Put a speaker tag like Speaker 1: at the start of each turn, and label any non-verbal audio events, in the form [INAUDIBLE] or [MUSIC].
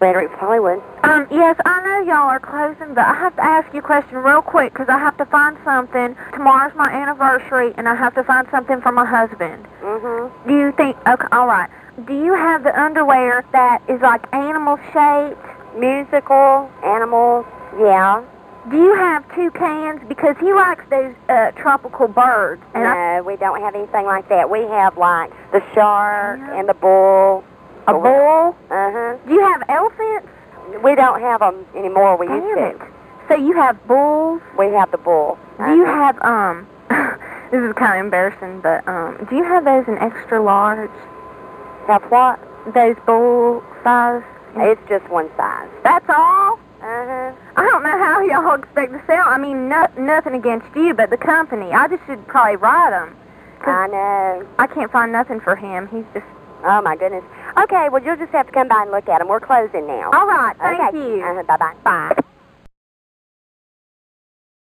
Speaker 1: Rhetoric Hollywood.
Speaker 2: Um, yes, I know y'all are closing, but I have to ask you a question real quick because I have to find something. Tomorrow's my anniversary, and I have to find something for my husband.
Speaker 1: Mm-hmm.
Speaker 2: Do you think? Okay, all right. Do you have the underwear that is like animal shaped?
Speaker 1: Musical, animals, yeah.
Speaker 2: Do you have two cans? Because he likes those uh, tropical birds. And I,
Speaker 1: no, we don't have anything like that. We have like the shark
Speaker 2: Yeah.
Speaker 1: and the bull.
Speaker 2: a bull?
Speaker 1: Uh-huh.
Speaker 2: Do you have elephants?
Speaker 1: We don't have them anymore. We used
Speaker 2: Damn
Speaker 1: to.
Speaker 2: it. So you have bulls?
Speaker 1: We have the bull.
Speaker 2: Do you
Speaker 1: Uh-huh.
Speaker 2: have um? [LAUGHS] this is kind of embarrassing, but um, do you have those in extra large?
Speaker 1: have what?
Speaker 2: Those bull size?
Speaker 1: It's just one size.
Speaker 2: That's all.
Speaker 1: Uh-huh.
Speaker 2: I don't know how y'all expect to sell. I mean, no, nothing against you, but the company. I just should probably write them.
Speaker 1: I know.
Speaker 2: I can't find nothing for him. He's just.
Speaker 1: Oh my goodness. Okay, well you'll just have to come by and look at them. We're closing now.
Speaker 2: All right. Thank
Speaker 1: okay.
Speaker 2: you.
Speaker 1: Uh-huh. Bye bye.
Speaker 2: Bye.